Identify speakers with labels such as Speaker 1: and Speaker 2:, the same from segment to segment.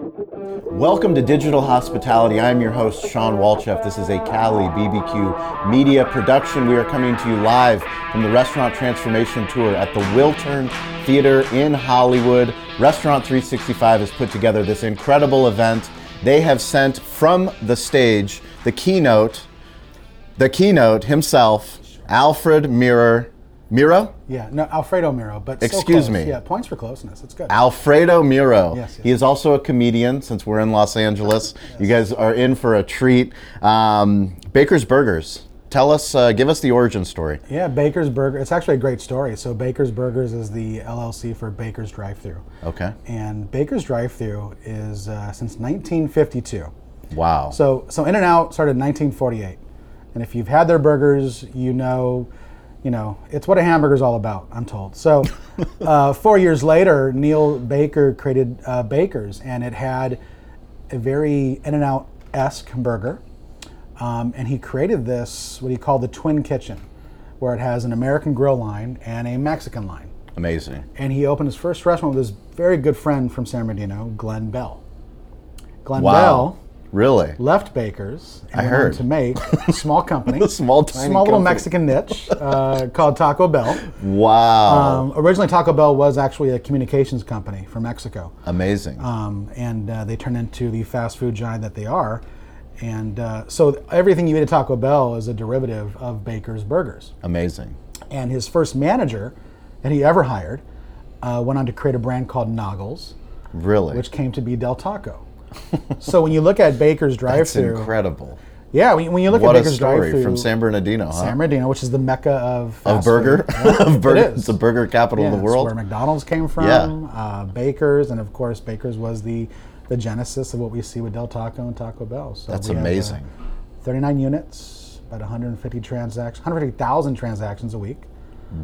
Speaker 1: Welcome to Digital Hospitality. I'm your host, Sean Walchef. This is a Cali BBQ media production. We are coming to you live from the Restaurant Transformation Tour at the Wiltern Theater in Hollywood. Restaurant 365 has put together this incredible event. They have sent from the stage the keynote, the keynote himself, Alfred Mirror. Miro?
Speaker 2: Yeah, no, Alfredo Miro, but so
Speaker 1: Excuse
Speaker 2: close.
Speaker 1: me.
Speaker 2: Yeah, points for closeness. It's good.
Speaker 1: Alfredo Miro.
Speaker 2: Yes, yes.
Speaker 1: He is also a comedian since we're in Los Angeles. You guys are in for a treat. Um, Baker's Burgers. Tell us, uh, give us the origin story.
Speaker 2: yeah, Baker's Burger. It's actually a great story. So Baker's Burgers is the LLC for Baker's Drive Through,
Speaker 1: Okay.
Speaker 2: and Baker's Drive Through is uh, since 1952.
Speaker 1: Wow.
Speaker 2: So so In and Out started in 1948, and if you've had their burgers, you know, you know it's what a hamburger's all about. I'm told. So uh, four years later, Neil Baker created uh, Baker's, and it had a very In and Out esque burger, um, and he created this what he called the twin kitchen, where it has an American grill line and a Mexican line
Speaker 1: Amazing.
Speaker 2: and he opened his first restaurant with his very good friend from San Bernardino, Glenn Bell. Glenn
Speaker 1: Wow.
Speaker 2: Bell
Speaker 1: Really?
Speaker 2: left Baker's and
Speaker 1: I
Speaker 2: went on
Speaker 1: heard.
Speaker 2: to make a small company,
Speaker 1: Small, tiny
Speaker 2: small little
Speaker 1: company.
Speaker 2: Mexican niche uh, called Taco Bell.
Speaker 1: Wow.
Speaker 2: Um, originally, Taco Bell was actually a communications company from Mexico,
Speaker 1: Amazing.
Speaker 2: um, and uh, they turned into the fast food giant that they are. And uh, so everything you eat at Taco Bell is a derivative of Baker's Burgers
Speaker 1: Amazing.
Speaker 2: and his first manager that he ever hired uh, went on to create a brand called Noggles,
Speaker 1: Really.
Speaker 2: which came to be Del Taco. so when you look at Baker's
Speaker 1: That's
Speaker 2: drive-through,
Speaker 1: incredible.
Speaker 2: yeah, when you, when you look
Speaker 1: What a
Speaker 2: at Baker's
Speaker 1: story
Speaker 2: drive-through
Speaker 1: from San Bernardino, huh?
Speaker 2: San Bernardino, which is the mecca of
Speaker 1: of
Speaker 2: fast
Speaker 1: burger,
Speaker 2: food. Yeah,
Speaker 1: of burger.
Speaker 2: it is.
Speaker 1: It's the burger capital
Speaker 2: Yeah,
Speaker 1: of the
Speaker 2: it's
Speaker 1: world.
Speaker 2: where McDonald's came from,
Speaker 1: Yeah.
Speaker 2: uh, Baker's, and of course Baker's was the the genesis of what we see with Del Taco and Taco Bell. So
Speaker 1: That's
Speaker 2: we have, uh,
Speaker 1: amazing.
Speaker 2: 39 units, about 150 transactions, 150,000 transactions a week.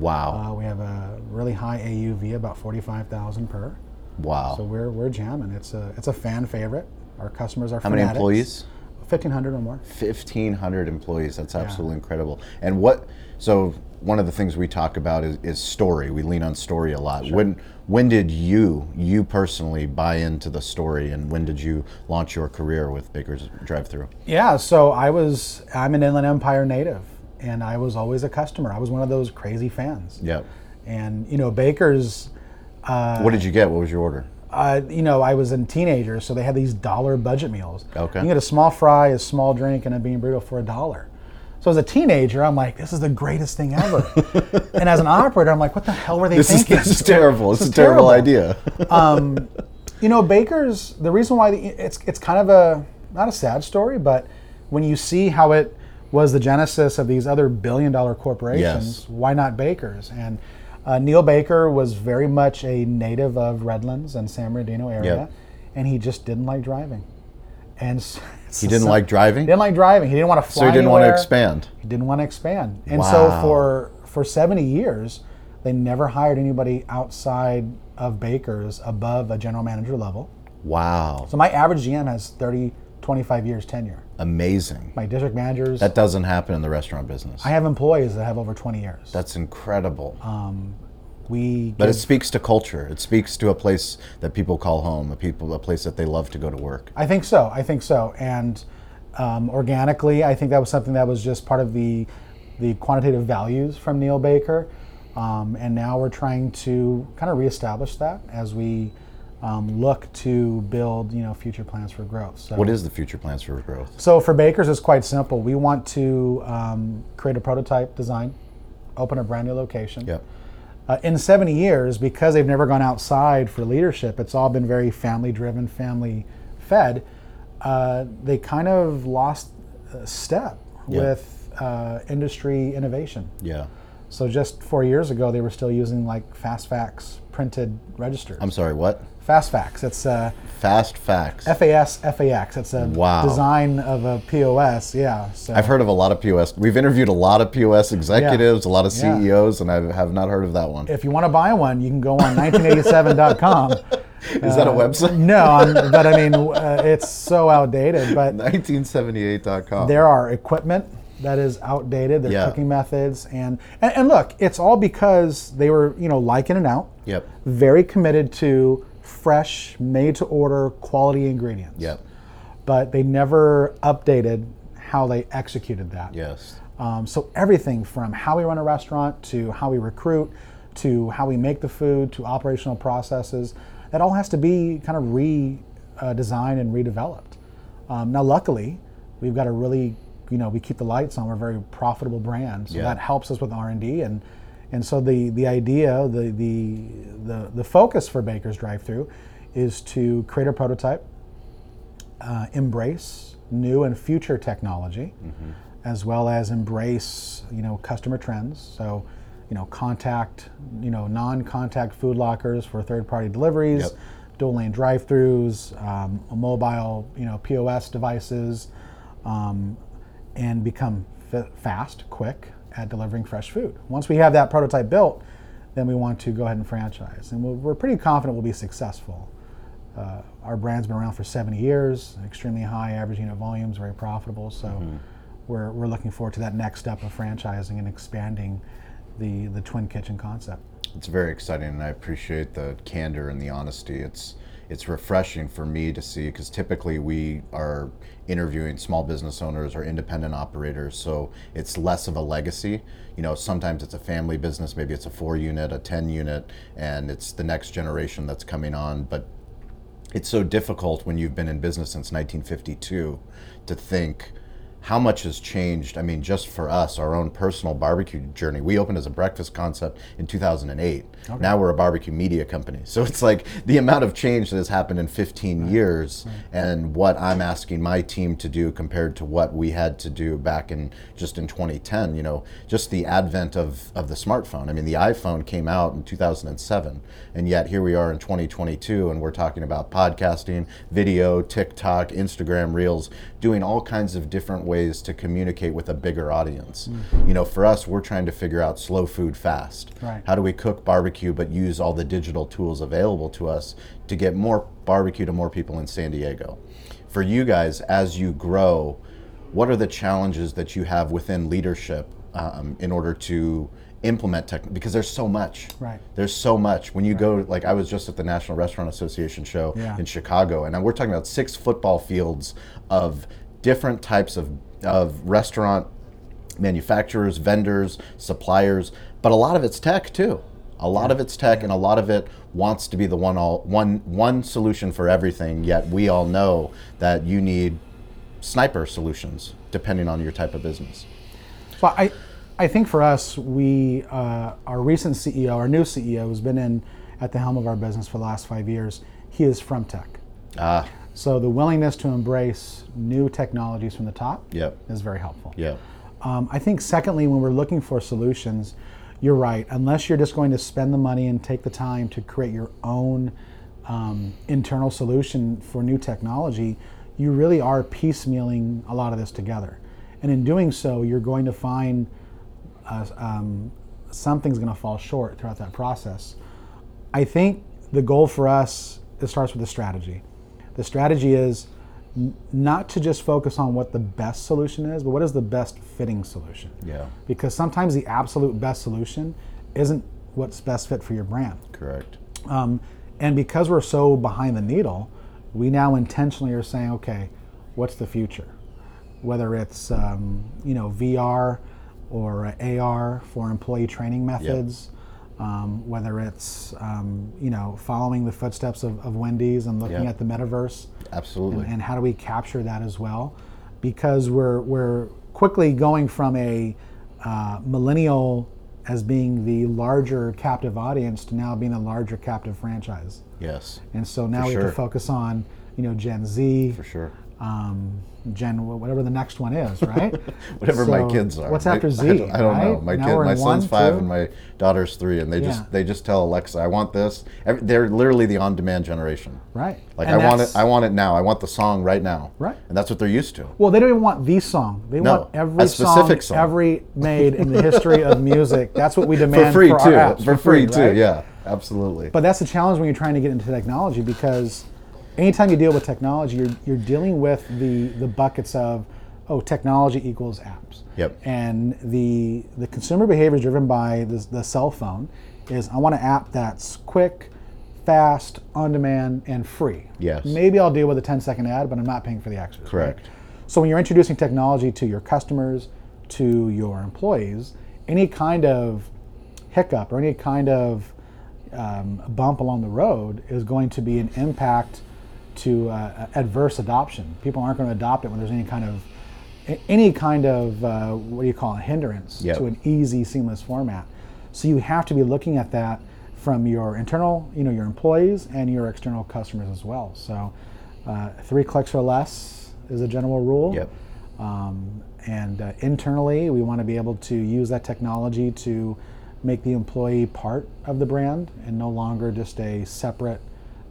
Speaker 1: wow.
Speaker 2: Uh, we have a really high AUV, about forty-five thousand per.
Speaker 1: wow.
Speaker 2: So we're we're jamming. It's a it's a fan favorite. Our customers are
Speaker 1: How many employees?
Speaker 2: Fifteen hundred or more.
Speaker 1: 1500 employees that's absolutely incredible and what so one of the things we talk about is, is story we lean on story a lot when when did you you personally buy into the story and when did you launch your career with baker's drive through
Speaker 2: Yeah. So I was I'm an Inland Empire native, and I was always a customer. I was one of those crazy fans.
Speaker 1: yeah
Speaker 2: And you know Baker's.
Speaker 1: what did you get what was your order
Speaker 2: Uh, you know, I was a teenager, so they had these dollar budget meals.
Speaker 1: Okay.
Speaker 2: You can get a small fry, a small drink, and a bean burrito for a dollar. So as a teenager, I'm like, this is the greatest thing ever. and as an operator, I'm like, what the hell were they
Speaker 1: this is,
Speaker 2: thinking?
Speaker 1: this is terrible it's
Speaker 2: This
Speaker 1: a
Speaker 2: is
Speaker 1: terrible,
Speaker 2: terrible.
Speaker 1: idea
Speaker 2: Um, You know, Baker's. The reason why the, it's it's kind of a not a sad story, but when you see how it was the genesis of these other billion-dollar corporations,
Speaker 1: Yes.
Speaker 2: why not Baker's? And uh, Neil Baker was very much a native of Redlands and San Bernardino area,
Speaker 1: Yep.
Speaker 2: and he just didn't like driving. And s- so,
Speaker 1: he didn't like driving
Speaker 2: he didn't like driving. He didn't want to fly.
Speaker 1: so he didn't want to
Speaker 2: anywhere.
Speaker 1: expand
Speaker 2: He didn't want to expand. And
Speaker 1: Wow.
Speaker 2: so for for 70 years, they never hired anybody outside of Baker's above a general manager level.
Speaker 1: wow
Speaker 2: So my average GM has 30, 25 years tenure.
Speaker 1: amazing
Speaker 2: My district managers,
Speaker 1: that doesn't happen in the restaurant business
Speaker 2: I have employees that have over 20 years.
Speaker 1: that's incredible
Speaker 2: we
Speaker 1: But
Speaker 2: give-
Speaker 1: it speaks to culture. It speaks to a place that people call home, a people, a place that they love to go to work.
Speaker 2: I think so. I think so. And um, organically, I think that was something that was just part of the the quantitative values from Neil Baker. Um, and now we're trying to kind of reestablish that as we um, look to build, you know, future plans for growth. So,
Speaker 1: What is the future plans for growth?
Speaker 2: so for Baker's, it's quite simple. We want to um, create a prototype design, open a brand new location.
Speaker 1: Yep.
Speaker 2: Uh, in 70 years, because they've never gone outside for leadership, it's all been very family driven, family fed, uh, they kind of lost a step
Speaker 1: Yeah.
Speaker 2: with uh, industry innovation.
Speaker 1: Yeah.
Speaker 2: So just four years ago, they were still using like fast fax printed registers.
Speaker 1: I'm sorry. What?
Speaker 2: fast fax, it's uh, a
Speaker 1: Fast facts.
Speaker 2: FAS FAX, it's a
Speaker 1: Wow.
Speaker 2: design of a POS. Yeah. So
Speaker 1: I've heard of a lot of POS. We've interviewed a lot of POS executives, a lot of
Speaker 2: Yeah.
Speaker 1: CEOs, and I have not heard of that one. Is
Speaker 2: if you want to buy one, you can go on 1987.com.
Speaker 1: that a
Speaker 2: Uh,
Speaker 1: website?
Speaker 2: No, I'm, but I mean, uh, it's so outdated. But
Speaker 1: 1978.com.
Speaker 2: there are equipment that is outdated, their
Speaker 1: Yeah.
Speaker 2: cooking methods, and, and and look, it's all because they were you know like In and Out,
Speaker 1: Yep.
Speaker 2: very committed to fresh, made to order, quality ingredients.
Speaker 1: Yep.
Speaker 2: But they never updated how they executed that.
Speaker 1: Yes.
Speaker 2: Um, so everything from how we run a restaurant to how we recruit to how we make the food to operational processes, that all has to be kind of redesigned uh, designed and redeveloped. Um, now, luckily, we've got a really you know we keep the lights on. We're a very profitable brand, so
Speaker 1: Yeah.
Speaker 2: that helps us with R and D and and so the the idea the the the, the focus for Baker's Drive Through is to create a prototype uh, embrace new and future technology, as well as embrace you know customer trends. So, you know, contact you know non-contact food lockers for third-party deliveries,
Speaker 1: Yep.
Speaker 2: dual lane drive-throughs, um, mobile you know POS devices, um, and become fa- fast, quick at delivering fresh food. Once we have that prototype built, then we want to go ahead and franchise, and we're, we're pretty confident we'll be successful. Uh, our brand's been around for 70 years, extremely high average unit volumes, very profitable. So we're, we're looking forward to that next step of franchising and expanding the, the twin kitchen concept.
Speaker 1: It's very exciting, and I appreciate the candor and the honesty. It's it's refreshing for me to see because typically we are interviewing small business owners or independent operators, so it's less of a legacy. You know, sometimes it's a family business, maybe it's a four unit, a ten unit, and it's the next generation that's coming on. But it's so difficult when you've been in business since 1952 to think how much has changed. I mean, just for us, our own personal barbecue journey. We opened as a breakfast concept in 2008. Now we're a barbecue media company. So it's like the amount of change that has happened in 15 years and what I'm asking my team to do compared to what we had to do back in just in 2010, you know, just the advent of, of the smartphone. I mean, the iPhone came out in 2007, and yet here we are in 2022, and we're talking about podcasting, video, TikTok, Instagram Reels, doing all kinds of different ways to communicate with a bigger audience. You know, for us, we're trying to figure out slow food fast.
Speaker 2: Right.
Speaker 1: How do we cook barbecue but use all the digital tools available to us to get more barbecue to more people in San Diego? For you guys, as you grow, what are the challenges that you have within leadership um, in order to implement tech? Because there's so much.
Speaker 2: Right.
Speaker 1: There's so much. When you go, like I was just at the National Restaurant Association show
Speaker 2: Yeah.
Speaker 1: in Chicago, and we're talking about six football fields of different types of, of restaurant manufacturers, vendors, suppliers, but a lot of it's tech too. A lot of it's tech, and a lot of it wants to be the one all one one solution for everything. Yet we all know that you need sniper solutions depending on your type of business.
Speaker 2: So I, I think for us, we uh, our recent CEO, our new CEO, who's been in at the helm of our business for the last five years, he is from tech.
Speaker 1: Ah,
Speaker 2: So the willingness to embrace new technologies from the top
Speaker 1: Yep.
Speaker 2: is very helpful.
Speaker 1: yeah,
Speaker 2: Um, I think, secondly, when we're looking for solutions, you're right. Unless you're just going to spend the money and take the time to create your own um, internal solution for new technology, you really are piecemealing a lot of this together. And in doing so, you're going to find uh, um, something's going to fall short throughout that process. I think the goal for us it starts with a strategy. The strategy is n- not to just focus on what the best solution is, but what is the best fitting solution.
Speaker 1: yeah,
Speaker 2: Because sometimes the absolute best solution isn't what's best fit for your brand.
Speaker 1: correct.
Speaker 2: Um, and because we're so behind the needle, we now intentionally are saying, okay, what's the future? Whether it's um, you know VR or AR for employee training methods, um, whether it's um, you know following the footsteps of, of Wendy's and looking
Speaker 1: Yeah.
Speaker 2: at the metaverse,
Speaker 1: Absolutely.
Speaker 2: and, and how do we capture that as well? Because we're we're quickly going from a uh, millennial as being the larger captive audience to now being a larger captive franchise,
Speaker 1: yes,
Speaker 2: and so now we have
Speaker 1: sure.
Speaker 2: to focus on you know Gen Z,
Speaker 1: for sure.
Speaker 2: um, Gen wh- whatever the next one is, right?
Speaker 1: Whatever
Speaker 2: So,
Speaker 1: my kids are.
Speaker 2: What's
Speaker 1: I-
Speaker 2: after Z?
Speaker 1: I, don't- I don't know.
Speaker 2: right?
Speaker 1: My
Speaker 2: Now
Speaker 1: kid,
Speaker 2: we're in
Speaker 1: my son's
Speaker 2: one,
Speaker 1: five
Speaker 2: two?
Speaker 1: and my daughter's three, and they
Speaker 2: Yeah.
Speaker 1: just they just tell Alexa, "I want this." Every, they're literally the on-demand generation.
Speaker 2: right.
Speaker 1: Like
Speaker 2: And
Speaker 1: I want
Speaker 2: that's-
Speaker 1: it. I want it now. I want the song right now.
Speaker 2: Right.
Speaker 1: And that's what they're used to.
Speaker 2: Well, they don't even want the song. They
Speaker 1: No,
Speaker 2: want every
Speaker 1: a specific
Speaker 2: song,
Speaker 1: song.
Speaker 2: every made in the history of music. That's what we
Speaker 1: For
Speaker 2: demand
Speaker 1: free
Speaker 2: for
Speaker 1: too.
Speaker 2: our apps.
Speaker 1: for free, too.
Speaker 2: right?
Speaker 1: Yeah. Absolutely.
Speaker 2: But that's the challenge when you're trying to get into technology because anytime you deal with technology, you're, you're dealing with the, the buckets of, oh, technology equals apps.
Speaker 1: Yep.
Speaker 2: And the, the consumer behavior is driven by the, the cell phone is I want an app that's quick, fast, on demand, and free.
Speaker 1: Yes.
Speaker 2: Maybe I'll deal with a 10 second ad, but I'm not paying for the extras.
Speaker 1: Correct.
Speaker 2: So when you're introducing technology to your customers, to your employees, any kind of hiccup or any kind of um, bump along the road is going to be an impact to uh, adverse adoption. People aren't going to adopt it when there's any kind of a- any kind of uh, what do you call it hindrance
Speaker 1: Yep.
Speaker 2: to an easy, seamless format. So you have to be looking at that from your internal, you know, your employees and your external customers as well. So uh, three clicks or less is a general rule.
Speaker 1: Yep.
Speaker 2: Um, and uh, internally, we want to be able to use that technology to make the employee part of the brand and no longer just a separate,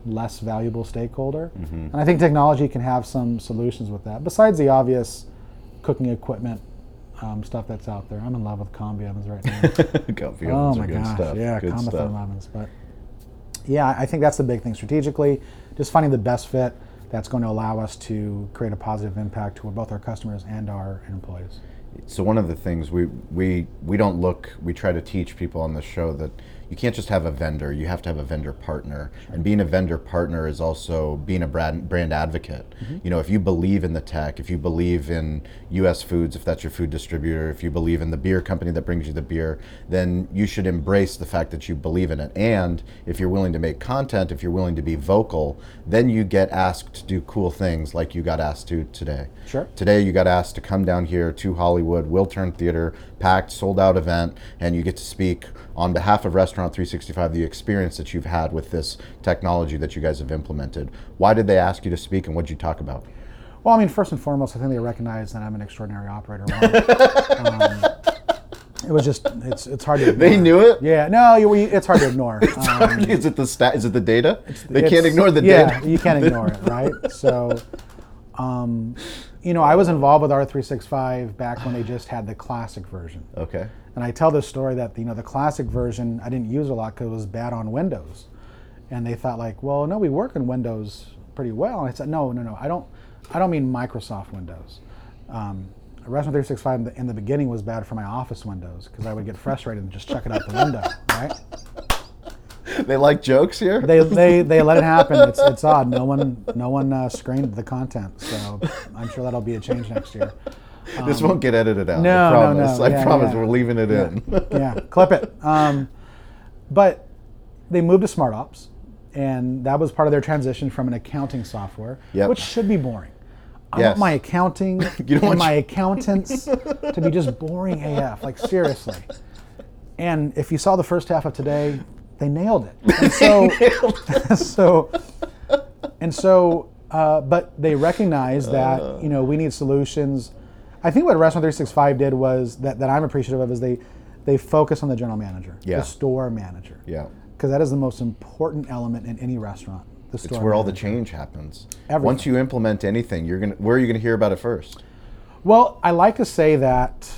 Speaker 2: less valuable stakeholder. And I think technology can have some solutions with that, besides the obvious cooking equipment um, stuff that's out there. I'm in love with combi ovens right now.
Speaker 1: Comfy
Speaker 2: oh
Speaker 1: ovens are
Speaker 2: my
Speaker 1: good
Speaker 2: gosh,
Speaker 1: stuff.
Speaker 2: yeah,
Speaker 1: good
Speaker 2: combi
Speaker 1: stuff.
Speaker 2: ovens. But yeah, I- I think that's the big thing strategically, just finding the best fit. That's going to allow us to create a positive impact to both our customers and our employees.
Speaker 1: so one of the things we we we don't look we try to teach people on the show that you can't just have a vendor you have to have a vendor partner and being a vendor partner is also being a brand brand advocate you know if you believe in the tech if you believe in US foods if that's your food distributor if you believe in the beer company that brings you the beer then you should embrace the fact that you believe in it and if you're willing to make content if you're willing to be vocal then you get asked to do cool things like you got asked to today
Speaker 2: Sure.
Speaker 1: Today you got asked to come down here to Hollywood, Wiltern Theater, packed, sold out event, and you get to speak on behalf of Restaurant 365 the experience that you've had with this technology that you guys have implemented. Why did they ask you to speak and what did you talk about?
Speaker 2: Well, I mean, first and foremost, I think they recognize that I'm an extraordinary operator. One, um, it was just, it's, it's hard to ignore.
Speaker 1: They knew it?
Speaker 2: Yeah, no, you, we- it's hard to ignore. Um,
Speaker 1: is it the stat is it the data? They can't
Speaker 2: it's-
Speaker 1: ignore the
Speaker 2: yeah,
Speaker 1: data.
Speaker 2: you can't ignore it, right? So, um, you know, I was involved with R365 back when they just had the classic version.
Speaker 1: Okay.
Speaker 2: And I tell this story that you know the classic version I didn't use a lot because it was bad on Windows, and they thought like, well, no, we work in Windows pretty well. And I said, no, no, no, I don't, I don't mean Microsoft Windows. Um, Restaurant 365 in the, in the beginning was bad for my office Windows because I would get frustrated and just chuck it out the window, right?
Speaker 1: They like jokes here?
Speaker 2: They, they, they let it happen. It's, it's odd. No one no one uh, screened the content, so I'm sure that'll be a change next year.
Speaker 1: this won't get edited out.
Speaker 2: um, no,
Speaker 1: I
Speaker 2: no,
Speaker 1: promise.
Speaker 2: no,
Speaker 1: I
Speaker 2: yeah,
Speaker 1: promise
Speaker 2: yeah.
Speaker 1: we're leaving it in.
Speaker 2: yeah, clip it. Um, but they moved to smart ops, and that was part of their transition from an accounting software,
Speaker 1: Yep.
Speaker 2: which should be boring. I
Speaker 1: Yes.
Speaker 2: want my accounting and
Speaker 1: want
Speaker 2: my accountants to be just boring AF, like seriously. And if you saw the first half of today, they nailed it. And so, so, and so, uh, but they recognize that
Speaker 1: Uh.
Speaker 2: you know we need solutions. I think what Restaurant 365 did was that, that I'm appreciative of is they they focus on the general manager,
Speaker 1: Yeah.
Speaker 2: the store manager,
Speaker 1: yeah.
Speaker 2: because that is the most important element in any restaurant. The store.
Speaker 1: It's where all the
Speaker 2: manager.
Speaker 1: change happens.
Speaker 2: Everything.
Speaker 1: Once you implement anything, you're gonna where are you gonna hear about it first?
Speaker 2: well, I like to say that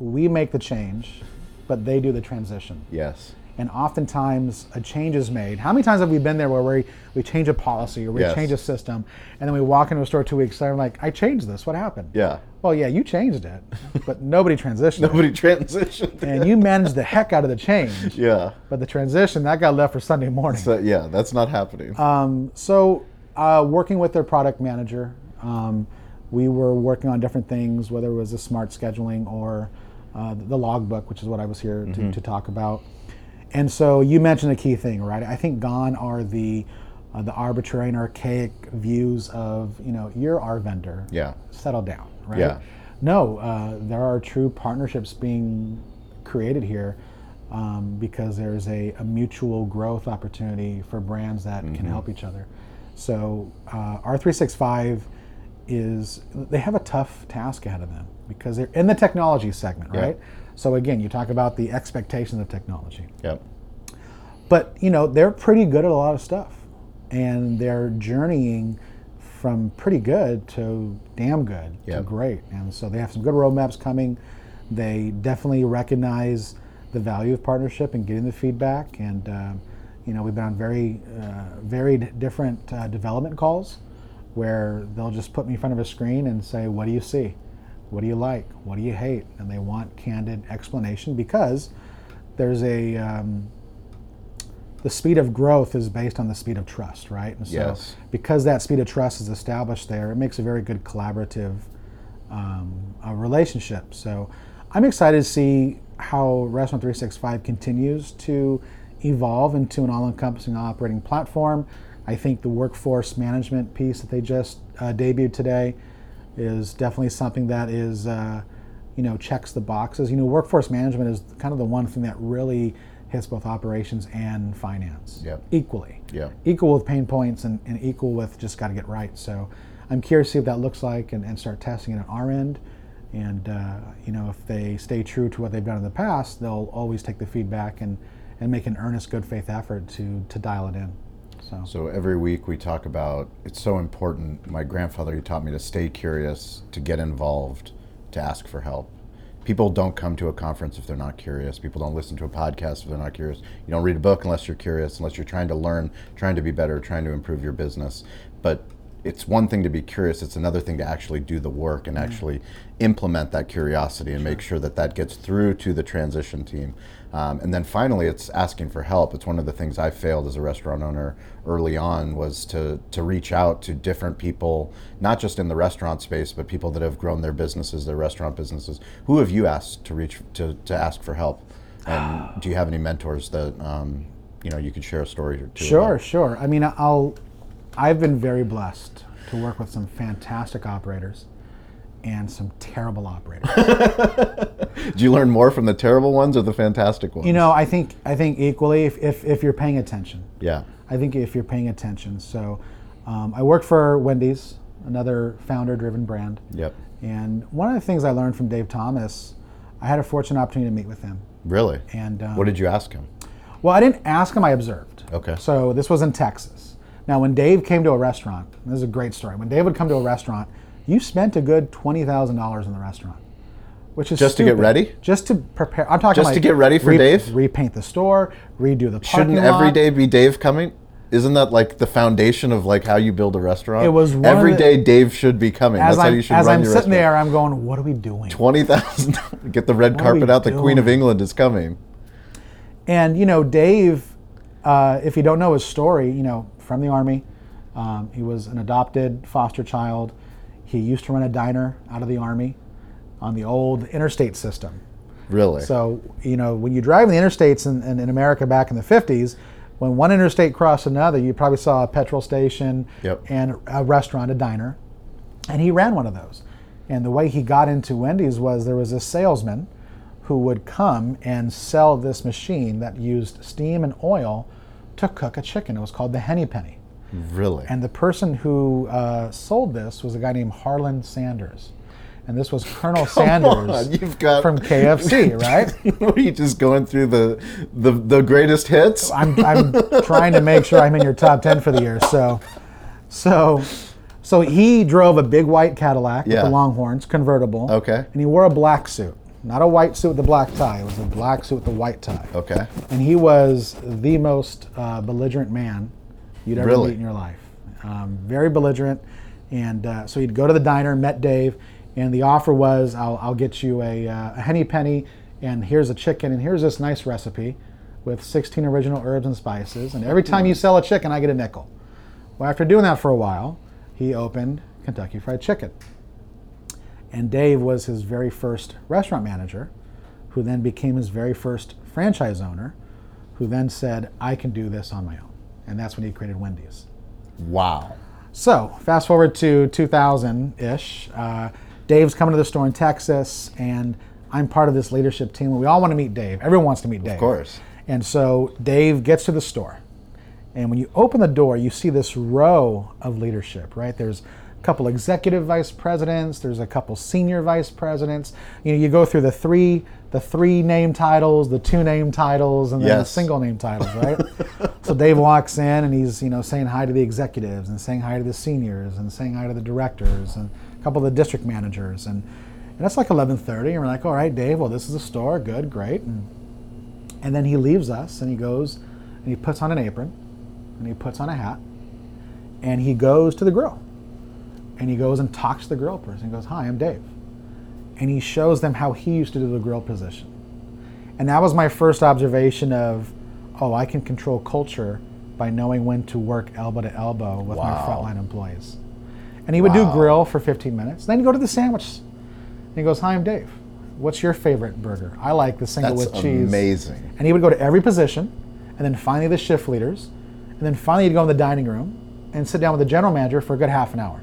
Speaker 2: we make the change, but they do the transition.
Speaker 1: Yes.
Speaker 2: and oftentimes a change is made. How many times have we been there where we, we change a policy or we
Speaker 1: Yes.
Speaker 2: change a system, and then we walk into a store two weeks later, and like, I changed this. What happened?
Speaker 1: Yeah.
Speaker 2: Well, yeah, you changed it, but nobody transitioned.
Speaker 1: Nobody transitioned.
Speaker 2: it. And you managed the heck out of the change,
Speaker 1: yeah.
Speaker 2: but the transition that got left for Sunday morning. Um,
Speaker 1: So yeah, that's not happening.
Speaker 2: So, uh, working with their product manager, um, we were working on different things, whether it was the smart scheduling or uh, the logbook, which is what I was here
Speaker 1: Mm-hmm.
Speaker 2: to, to talk about. And so, you mentioned a key thing, right? I think gone are the uh, the arbitrary and archaic views of you know you're our vendor,
Speaker 1: yeah.
Speaker 2: settle down, right?
Speaker 1: Yeah.
Speaker 2: No, uh, there are true partnerships being created here um, because there's a, a mutual growth opportunity for brands that
Speaker 1: Mm-hmm.
Speaker 2: can help each other. So uh, R365 is, they have a tough task ahead of them because they're in the technology segment,
Speaker 1: Yeah.
Speaker 2: right? So again, you talk about the expectations of technology
Speaker 1: Yep.
Speaker 2: but you know they're pretty good at a lot of stuff and they're journeying from pretty good to damn good
Speaker 1: Yeah.
Speaker 2: to great and so they have some good roadmaps coming they definitely recognize the value of partnership and getting the feedback and um, you know we've been on very uh, varied different uh, development calls where they'll just put me in front of a screen and say what do you see what do you like what do you hate and they want candid explanation because there's a um, the speed of growth is based on the speed of trust, right? And so
Speaker 1: Yes.
Speaker 2: because that speed of trust is established there, it makes a very good collaborative um, uh, relationship. So I'm excited to see how Restaurant 365 continues to evolve into an all encompassing operating platform. I think the workforce management piece that they just uh, debuted today is definitely something that is, uh, you know, checks the boxes. You know, workforce management is kind of the one thing that really hits both operations and finance
Speaker 1: Yep.
Speaker 2: equally
Speaker 1: Yeah.
Speaker 2: equal with pain points and, and equal with just got to get right. So I'm curious to see what that looks like and, and start testing it on our end. And, uh, you know, if they stay true to what they've done in the past, they'll always take the feedback and, and make an earnest, good faith effort to, to dial it in. So,
Speaker 1: So every week we talk about it's so important. My grandfather he taught me to stay curious, to get involved, to ask for help. People don't come to a conference if they're not curious. People don't listen to a podcast if they're not curious. You don't read a book unless you're curious, unless you're trying to learn, trying to be better, trying to improve your business. But it's one thing to be curious, it's another thing to actually do the work
Speaker 2: Mm.
Speaker 1: and actually implement that curiosity and make sure that that gets through to the transition team. Um, and then finally, it's asking for help. It's one of the things I failed as a restaurant owner early on was to to reach out to different people, not just in the restaurant space, but people that have grown their businesses, their restaurant businesses. Who have you asked to reach to, to ask for help? And do you have any mentors that um, you know you could share a story or two?
Speaker 2: sure,
Speaker 1: about?
Speaker 2: sure. I mean, I'll, I've been very blessed to work with some fantastic operators and some terrible operators.
Speaker 1: Do you learn more from the terrible ones or the fantastic ones?
Speaker 2: you know, I think, I think equally if, if, if you're paying attention.
Speaker 1: yeah.
Speaker 2: I think if you're paying attention. So, um, I work for Wendy's, another founder-driven brand.
Speaker 1: Yep.
Speaker 2: And one of the things I learned from Dave Thomas, I had a fortunate opportunity to meet with him.
Speaker 1: Really.
Speaker 2: And um,
Speaker 1: what did you ask him?
Speaker 2: well, I didn't ask him. I observed.
Speaker 1: Okay.
Speaker 2: So this was in Texas. Now, when Dave came to a restaurant, and this is a great story. When Dave would come to a restaurant, you spent a good twenty thousand dollars in the restaurant, which is
Speaker 1: Just to get
Speaker 2: stupid.
Speaker 1: ready?
Speaker 2: Just to prepare. I'm talking
Speaker 1: Just
Speaker 2: like
Speaker 1: to get ready for Dave?
Speaker 2: Repaint the store, redo the parking
Speaker 1: Shouldn't every
Speaker 2: lot.
Speaker 1: day be Dave coming? Isn't that like the foundation of like how you build a restaurant?
Speaker 2: It was one of
Speaker 1: every
Speaker 2: the-
Speaker 1: day Dave should be coming.
Speaker 2: as
Speaker 1: That's how
Speaker 2: I'm,
Speaker 1: you should
Speaker 2: as
Speaker 1: run
Speaker 2: I'm
Speaker 1: your
Speaker 2: sitting
Speaker 1: restaurant.
Speaker 2: there, I'm going, what are we doing?
Speaker 1: Twenty thousand. Get the red
Speaker 2: are we
Speaker 1: carpet out. The Queen of
Speaker 2: doing?
Speaker 1: England is coming.
Speaker 2: And you know, Dave, uh, if you don't know his story, you know, from the army, um, he was an adopted foster child. He used to run a diner out of the army on the old interstate system.
Speaker 1: Really?
Speaker 2: So you know, when you drive in the interstates in, in, in America back in the '50s, when one interstate crossed another, you probably saw a petrol station
Speaker 1: Yep.
Speaker 2: and a restaurant, a diner, and he ran one of those. And the way he got into Wendy's was there was a salesman who would come and sell this machine that used steam and oil to cook a chicken. It was called the Henny Penny.
Speaker 1: really?
Speaker 2: And the person who uh, sold this was a guy named Harlan Sanders. And this was Colonel Sanders
Speaker 1: on, you've got-
Speaker 2: from KFC, right?
Speaker 1: Were you just going through the the, the greatest hits?
Speaker 2: I'm, I'm trying to make sure I'm in your top 10 for the year. So, so, so he drove a big white Cadillac with
Speaker 1: Yeah.
Speaker 2: the Longhorns convertible.
Speaker 1: Okay.
Speaker 2: And he wore a black suit, not a white suit with a black tie. It was a black suit with a white tie.
Speaker 1: Okay.
Speaker 2: And he was the most uh, belligerent man you'd ever
Speaker 1: Really?
Speaker 2: meet in your life. Um, very belligerent. And uh, so he'd go to the diner, met Dave, and the offer was, I'll, I'll get you a, uh, a henny penny, and here's a chicken, and here's this nice recipe with 16 original herbs and spices. And every time you sell a chicken, I get a nickel. Well, after doing that for a while, he opened Kentucky Fried Chicken. And Dave was his very first restaurant manager, who then became his very first franchise owner, who then said, I can do this on my own. And that's when he created Wendy's.
Speaker 1: Wow.
Speaker 2: So, fast forward to 2000 ish. Uh, Dave's coming to the store in Texas, and I'm part of this leadership team. We all want to meet Dave. Everyone wants to meet Dave.
Speaker 1: Of course.
Speaker 2: And so Dave gets to the store. And when you open the door, you see this row of leadership, right? There's a couple executive vice presidents, there's a couple senior vice presidents. You know, you go through the three the three name titles, the two name titles, and then the
Speaker 1: Yes.
Speaker 2: single name titles, right? so Dave walks in and he's, you know, saying hi to the executives and saying hi to the seniors and saying hi to the directors and a couple of the district managers and and that's like 11:30 and we're like, "All right, Dave, well this is the store, good, great." And and then he leaves us and he goes and he puts on an apron and he puts on a hat and he goes to the grill and he goes and talks to the grill person. He goes, Hi, I'm Dave. And he shows them how he used to do the grill position. And that was my first observation of, oh, I can control culture by knowing when to work elbow to elbow with my
Speaker 1: Wow.
Speaker 2: frontline employees. And he would do grill for 15 minutes. Then he'd go to the sandwich. And he goes, Hi, I'm Dave. What's your favorite burger? I like the single
Speaker 1: That's
Speaker 2: with cheese.
Speaker 1: amazing.
Speaker 2: And he would go to every position, and then finally the shift leaders, and then finally he'd go in the dining room and sit down with the general manager for a good half an hour.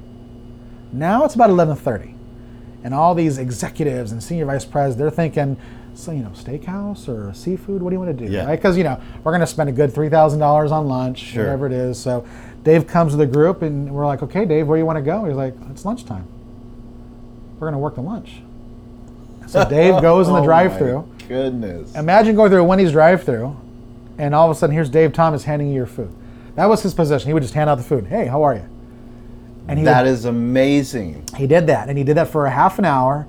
Speaker 2: Now it's about 11:30, and all these executives and senior vice pres they're thinking, so you know, steakhouse or seafood. What do you want to do?
Speaker 1: Yeah.
Speaker 2: Because you know we're going to spend a good three thousand dollars on lunch, whatever it is. So Dave comes to the group, and we're like, okay, Dave, where do you want to go? He's like, it's lunchtime. We're going to work the lunch. So Dave goes in the
Speaker 1: Oh my
Speaker 2: drive-through.
Speaker 1: Goodness.
Speaker 2: Imagine going through a Wendy's drive-through, and all of a sudden here's Dave Thomas handing you your food. That was his position. He would just hand out the food. Hey, how are you? And he
Speaker 1: That
Speaker 2: would-
Speaker 1: is amazing.
Speaker 2: he did that, and he did that for a half an hour,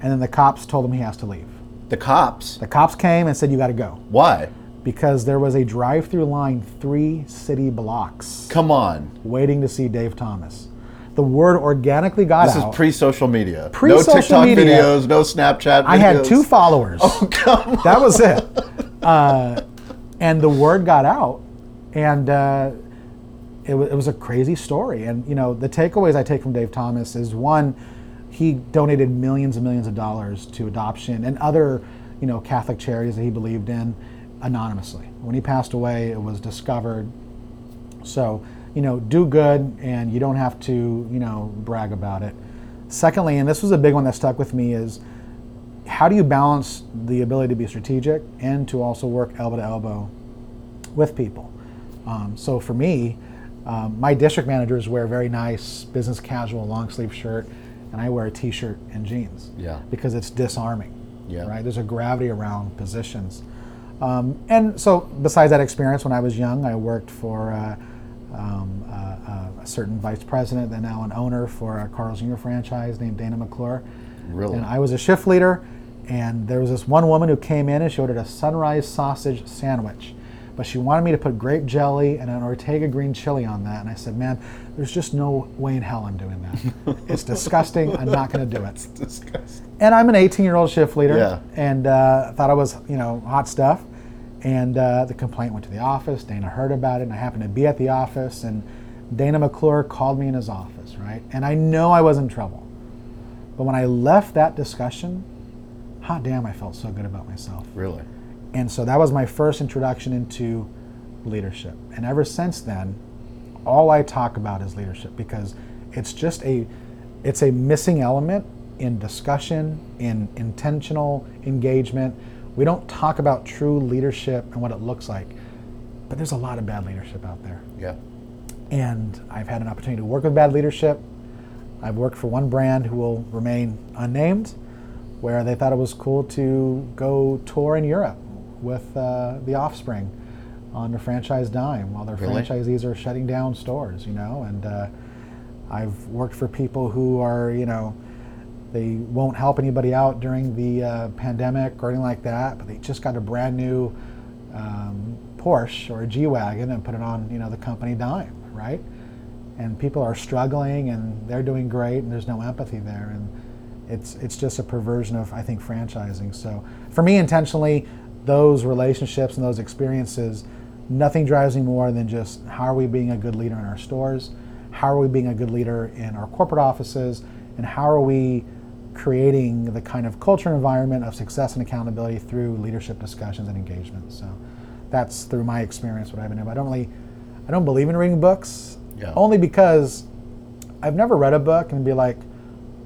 Speaker 2: and then the cops told him he has to leave.
Speaker 1: The cops.
Speaker 2: The cops came and said you got to go
Speaker 1: Why?
Speaker 2: because there was a drive-through line three city blocks
Speaker 1: Come on.
Speaker 2: waiting to see Dave Thomas. The word organically got
Speaker 1: This is
Speaker 2: out.
Speaker 1: pre-social media. no
Speaker 2: Pre-social
Speaker 1: TikTok
Speaker 2: media.
Speaker 1: videos, no Snapchat videos. Oh,
Speaker 2: I had two followers.
Speaker 1: Come on.
Speaker 2: that was it. Uh, and the word got out, and uh, it, wa- it was a crazy story. And you know, the takeaways I take from Dave Thomas is one, he donated millions and millions of dollars to adoption and other, you know, Catholic charities that he believed in, anonymously. When he passed away, it was discovered. So, you know, do good, and you don't have to, you know, brag about it. Secondly, and this was a big one that stuck with me is how do you balance the ability to be strategic and to also work elbow to elbow with people? Um, so for me, um, my district managers wear very nice business casual long sleeve shirt, and I wear a t shirt and jeans
Speaker 1: Yeah.
Speaker 2: because it's disarming.
Speaker 1: Yeah.
Speaker 2: Right? There's a gravity around positions. Um, and so, besides that experience, when I was young, I worked for uh, um, uh, uh, a certain vice president and now an owner for a Carl's Jr. franchise named Dana McClure.
Speaker 1: Really?
Speaker 2: And I was a shift leader, and there was this one woman who came in and she ordered a sunrise sausage sandwich. But she wanted me to put grape jelly and an Ortega green chili on that. And I said, man, there's just no way in hell I'm doing that. it's disgusting. I'm not going to do it
Speaker 1: Disgusting.
Speaker 2: and I'm an 18 year old shift leader,
Speaker 1: Yeah.
Speaker 2: and uh, thought I was, you know, hot stuff. And uh, the complaint went to the office. Dana heard about it, and I happened to be at the office. And Dana McClure called me in his office, right? And I know I was in trouble. But when I left that discussion, hot damn, I felt so good about myself.
Speaker 1: Really?
Speaker 2: And so that was my first introduction into leadership. And ever since then, all I talk about is leadership because it's just a it's a missing element in discussion, in intentional engagement. We don't talk about true leadership and what it looks like. But there's a lot of bad leadership out there
Speaker 1: Yeah.
Speaker 2: and I've had an opportunity to work with bad leadership. I've worked for one brand who will remain unnamed, where they thought it was cool to go tour in Europe with uh, the Offspring on the franchise dime while their
Speaker 1: Really?
Speaker 2: franchisees are shutting down stores, you know. And uh, I've worked for people who are, you know, they won't help anybody out during the uh, pandemic or anything like that, but they just got a brand new um, Porsche or a G wagon and put it on, you know, the company dime, right? And people are struggling and they're doing great, and there's no empathy there, and it's it's just a perversion of I think franchising. So for me, intentionally, those relationships and those experiences, nothing drives me more than just how are we being a good leader in our stores, how are we being a good leader in our corporate offices, and how are we creating the kind of culture and environment of success and accountability through leadership discussions and engagement. So that's through my experience what I've been doing. But I don't really, I don't believe in reading books,
Speaker 1: Yeah.
Speaker 2: only because I've never read a book and be like,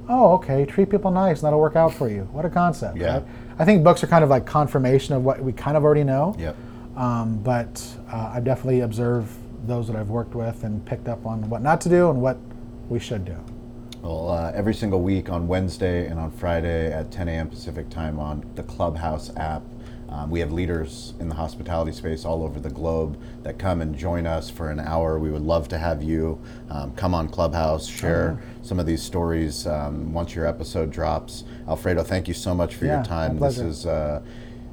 Speaker 2: oh, okay, treat people nice and that'll work out for you. What a concept.
Speaker 1: Yeah.
Speaker 2: right? I think books are kind of like confirmation of what we kind of already know.
Speaker 1: Yep.
Speaker 2: Um, but uh, I've definitely observed those that I've worked with and picked up on what not to do and what we should do.
Speaker 1: Well, uh, every single week on Wednesday and on Friday at 10 a.m. Pacific time on the Clubhouse app, um, we have leaders in the hospitality space all over the globe that come and join us for an hour. We would love to have you um, come on Clubhouse, share
Speaker 2: Uh-huh.
Speaker 1: some of these stories um, once your episode drops. Alfredo, thank you so much for
Speaker 2: Yeah,
Speaker 1: your
Speaker 2: my
Speaker 1: time. This
Speaker 2: pleasure.
Speaker 1: is uh,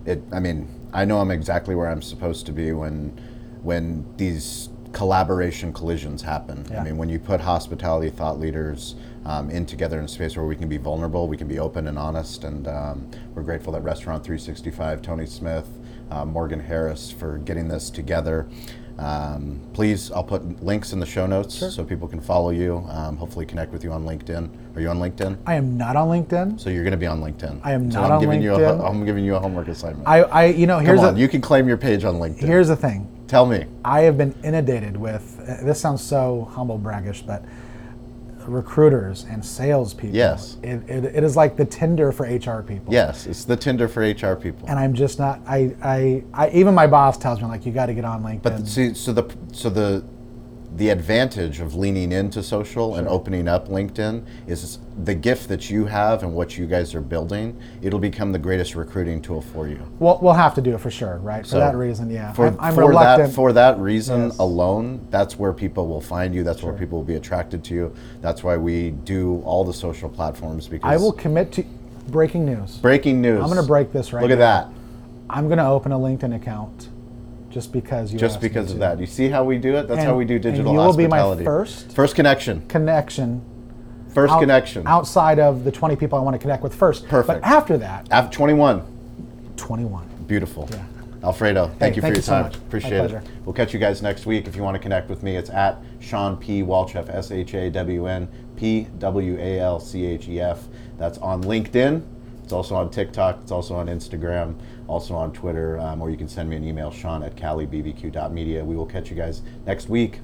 Speaker 1: it. I mean, I know I'm exactly where I'm supposed to be when when these collaboration collisions happen. I
Speaker 2: Yeah.
Speaker 1: mean, when you put hospitality thought leaders um, in together in a space where we can be vulnerable, we can be open and honest, and um, we're grateful that Restaurant 365, Tony Smith, uh, Morgan Harris, for getting this together. Um, please, I'll put links in the show notes so people can follow you. Um, hopefully, connect with you on LinkedIn. Are you on LinkedIn?
Speaker 2: I am not on LinkedIn.
Speaker 1: So you're going to be on LinkedIn.
Speaker 2: I am
Speaker 1: so
Speaker 2: not
Speaker 1: I'm
Speaker 2: on
Speaker 1: giving You a,
Speaker 2: LinkedIn.
Speaker 1: ho- I'm giving you a homework assignment.
Speaker 2: I, I you know, here's
Speaker 1: Come on,
Speaker 2: the,
Speaker 1: you can claim your page on LinkedIn.
Speaker 2: here's the thing.
Speaker 1: Tell me.
Speaker 2: I have been inundated with. uh, This sounds so humble braggish, but recruiters and salespeople.
Speaker 1: Yes.
Speaker 2: It, it, it is like the Tinder for HR people.
Speaker 1: Yes, it's the Tinder for HR people.
Speaker 2: And I'm just not. I, I, I even my boss tells me like you got to get on LinkedIn.
Speaker 1: But see, so the so the the advantage of leaning into social and opening up LinkedIn is the gift that you have and what you guys are building. It'll become the greatest recruiting tool for you.
Speaker 2: we'll, we'll have to do it for sure, right? For
Speaker 1: So,
Speaker 2: that reason, yeah.
Speaker 1: For,
Speaker 2: I'm, I'm
Speaker 1: for
Speaker 2: reluctant.
Speaker 1: that for that reason
Speaker 2: Yes.
Speaker 1: alone, that's where people will find you. That's where people will be attracted to you. That's why we do all the social platforms because
Speaker 2: I will commit to breaking news.
Speaker 1: breaking news.
Speaker 2: I'm gonna break this right
Speaker 1: Look at
Speaker 2: now.
Speaker 1: that.
Speaker 2: I'm gonna open a LinkedIn account, just because you.
Speaker 1: Just
Speaker 2: asked me
Speaker 1: because of
Speaker 2: to.
Speaker 1: that. You see how we do it? That's
Speaker 2: And-
Speaker 1: how we do
Speaker 2: and
Speaker 1: digital
Speaker 2: you will be my
Speaker 1: hospitality.
Speaker 2: first?
Speaker 1: First connection.
Speaker 2: connection.
Speaker 1: First
Speaker 2: out-
Speaker 1: connection.
Speaker 2: outside of the 20 people I want to connect with first.
Speaker 1: Perfect.
Speaker 2: But after that,
Speaker 1: Af- 21.
Speaker 2: 21.
Speaker 1: Beautiful. Alfredo, thank you for your
Speaker 2: thank you so
Speaker 1: time.
Speaker 2: much. My
Speaker 1: Appreciate it.
Speaker 2: pleasure.
Speaker 1: We'll catch you guys next week. If you want to connect with me, it's at Sean P. Walchef, S H A W N P W A L C H E F. That's on LinkedIn. It's also on TikTok. It's also on Instagram, also on Twitter, um, or you can send me an email, sean at calibbq.media. We will catch you guys next week.